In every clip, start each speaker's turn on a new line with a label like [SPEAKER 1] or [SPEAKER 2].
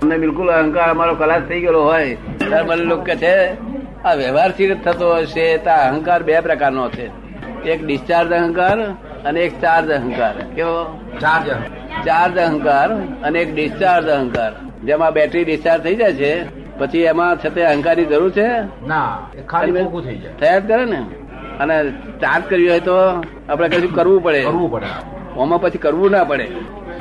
[SPEAKER 1] અમને બિલકુલ અહંકાર અમારો કલાશ થઈ ગયેલો હોય ત્યારે મને લોકો કહે છે આ વ્યવહારથી જ થતો હશે તો આ અહંકાર બે પ્રકારનો છે એક ડિસ્ચાર્જ અહંકાર અને એક ચાર્જ અહંકાર કેવો
[SPEAKER 2] ચાર્જ
[SPEAKER 1] ચાર્જ અહંકાર અને એક ડિસ્ચાર્જ અહંકાર જેમાં બેટરી ડિસ્ચાર્જ થઈ જાય છે પછી એમાં છતાં અહંકારની જરૂર છે
[SPEAKER 2] ના એ ખાલી મોકું થઈ જાય
[SPEAKER 1] થયા જ કરે ને અને ચાર્જ કરવી હોય તો આપણે કશું કરવું પડે
[SPEAKER 2] કરવું પડે
[SPEAKER 1] ઓમાં પછી કરવું ના પડે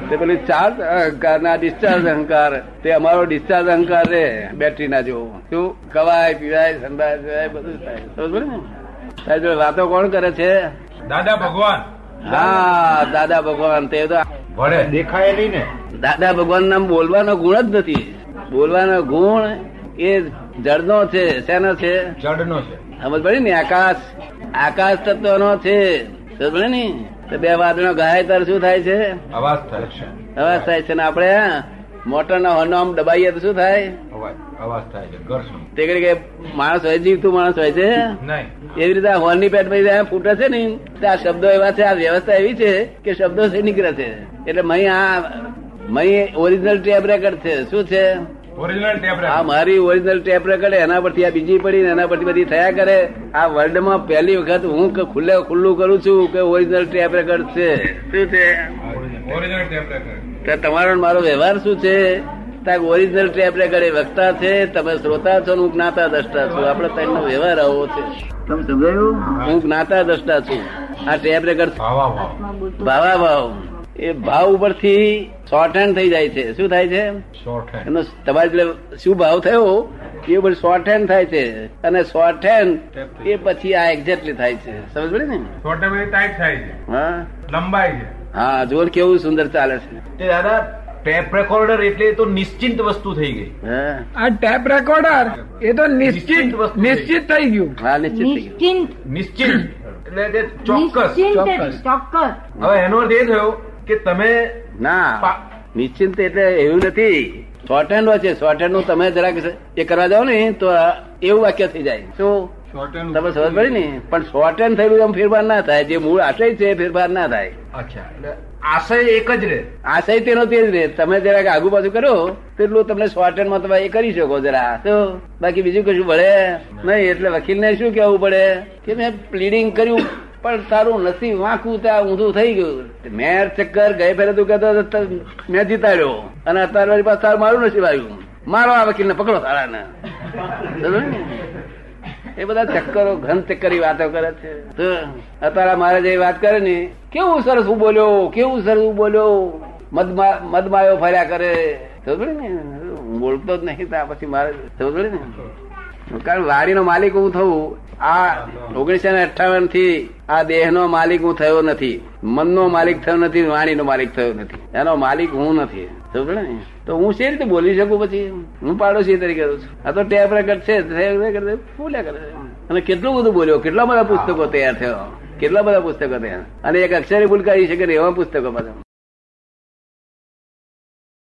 [SPEAKER 1] તે પેલી ચાર્જ અહંકાર ના ડિસ્ચાર્જ અહંકાર તે અમારો ડિસ્ચાર્જ અહંકાર રે બેટરી ના જેવો શું કવાય પીવાય સંડાસ જાય, બધું થાય સમજ પડી ને તારી જોડે વાતો કોણ કરે છે
[SPEAKER 2] દાદા ભગવાન
[SPEAKER 1] હા દાદા ભગવાન તે તો
[SPEAKER 2] વડે દેખાય નહીં ને
[SPEAKER 1] દાદા ભગવાન નામ બોલવાનો ગુણ જ નથી બોલવાનો ગુણ એ જડનો છે શેનો છે
[SPEAKER 2] જડનો છે
[SPEAKER 1] સમજ પડી ને આકાશ આકાશ તત્વનો છે સમજ પડી ને તો બે વાદળો ગાય ત્યારે શું થાય છે
[SPEAKER 2] અવાજ થાય છે
[SPEAKER 1] અવાજ થાય છે ને આપણે મોટરના હોર્ન આમ દબાઈએ તો શું થાય
[SPEAKER 2] અવાજ અવાજ થાય છે ઘર્ષણ
[SPEAKER 1] તે ઘડી કે માણસ હોય જીવતું માણસ હોય છે
[SPEAKER 2] નહીં
[SPEAKER 1] એવી રીતે આ હોર્નની પેટ પછી આ ફૂટે છે ને તો આ શબ્દો એવા છે આ વ્યવસ્થા એવી છે કે શબ્દો છે નીકળે છે એટલે મહી આ મહી ઓરિજિનલ ટેપ રેકર્ડ છે શું છે
[SPEAKER 2] ઓરિજિનલ ટેપ
[SPEAKER 1] આ મારી ઓરિજિનલ ટેપ રેકર્ડ એના પરથી આ બીજી પડી ને એના પરથી બધી થયા કરે આ વર્લ્ડમાં પહેલી વખત હું ક- ખુલ્લે ખુલ્લું કરું છું કે ઓરિજિનલ ટેપ રેકર્ડ છે શું છે
[SPEAKER 2] ઓરિજિનલ ટેપ રેકર્ડ
[SPEAKER 1] તો તમારો ને મારો વ્યવહાર શું છે તાક ઓરિજિનલ ટેપ રેકર્ડ એ વક્તા છે તમે શ્રોતા છો ને હું જ્ઞાતા દ્રષ્ટા છું આપણે ત્રણનો વ્યવહાર આવો છે તમે સમજાયું હું જ્ઞાતા દ્રષ્ટા છું આ ટેપ રેકર્ડ
[SPEAKER 2] ભાવા ભાવ
[SPEAKER 1] ભાવા ભાવ એ ભાવ ઉપરથી શોર્ટ હેન્ડ થઈ જાય છે શું થાય છે
[SPEAKER 2] શોર્ટ હેન્ડ
[SPEAKER 1] એનો તમારે એટલે શું ભાવ થયો એ બધું શોર્ટ હેન્ડ થાય છે અને શોર્ટ હેન્ડ એ પછી આ એક્ઝેક્ટલી થાય છે સમજ પડી ને
[SPEAKER 2] શોર્ટ હેન્ડ ટાઈટ થાય છે
[SPEAKER 1] હા
[SPEAKER 2] લંબાઈ છે
[SPEAKER 1] હા જોર કેવું સુંદર ચાલે છે
[SPEAKER 2] તે દાદા ટેપ રેકોર્ડર એટલે એ તો નિશ્ચિંત વસ્તુ થઈ ગઈ
[SPEAKER 1] હા
[SPEAKER 3] આ ટેપ રેકોર્ડર એ તો
[SPEAKER 2] નિશ્ચિત
[SPEAKER 3] નિશ્ચિત
[SPEAKER 2] વસ્તુ છે.
[SPEAKER 3] નિશ્ચિત થઈ ગયું
[SPEAKER 1] હા નિશ્ચિત થઈ ગયું.
[SPEAKER 4] નિશ્ચિંત
[SPEAKER 2] નિશ્ચિત એટલે તે ચોક્કસ
[SPEAKER 4] નિશ્ચિંત ચોક્કસ
[SPEAKER 2] હવે એનો અર્થ એ થયો કે તમે
[SPEAKER 1] ના
[SPEAKER 2] પા-
[SPEAKER 1] નિશ્ચિંત એટલે એવું નથી શોર્ટ હેન્ડ હોય છે શોર્ટ હેન્ડ નું તમે જરાક એ કરવા જાવ ને તો આ એવું વાક્ય થઈ જાય શું તમે સમજ પડી ને પણ શોર્ટ હેન્ડ થયેલું એમ ફેરફાર ના થાય જે મૂળ આશય છે એ ફેરફાર ના થાય
[SPEAKER 2] અચ્છા એટલે આશય એક જ રહે
[SPEAKER 1] આશય તેનો તે જ રે તમે જરાક આગુ પાછું કરો તેટલું તમને શોર્ટ હેન્ડમાં તમે એ કરી શકો જરા તો બાકી બીજું કશું ભળે નહીં એટલે વકીલને શું કહેવું પડે કે મેં પ્લીડિંગ કર્યું પણ તારું નસીબ વાંકું ત્યાં ઊંધું થઈ ગયું મેં ચક્કર ગઈ ફેરે તું કહેતો હતો, ત- મેં જીતાડ્યો અને અત્યારે મારી પાસે તારું મારું નસીબ આવ્યું મારો આ વકીલને પકડો તારાને સમજો ને? એ બધા ચક્કરો ઘન ચક્કરી વાતો કરે છે તો અત્યારે મારે જે વાત કરે ને કેવું સરસ હું બોલ્યો કેવું સરસ હું બોલ્યો મધમા- મધમાયો ફર્યા કરે સમજે ને હું બોલતો જ નહીં ત્યાં પછી મારે સમજે ને કારણ વાડીનો માલિક હું થવું આ ઓગણીસો ને અઠાવન થી આ દેહનો માલિક હું થયો નથી મનનો માલિક થયો નથી વાણીનો માલિક થયો નથી એનો માલિક હું નથી સમજે ને તો હું શી રીતે બોલી શકું પછી હું પાડોશી તરીકે રહું છું આ તો ટેપ રેકર્ડ છે ટેપ રેકર્ડ છે, ફૂલ્યા કરે છે. અને કેટલું બધું બોલ્યો કેટલા બધા પુસ્તકો તૈયાર થયો કેટલા બધા પુસ્તકો તૈયાર અને એક અક્ષરે ભૂલ કરી શકે ને એવા પુસ્તકો બધા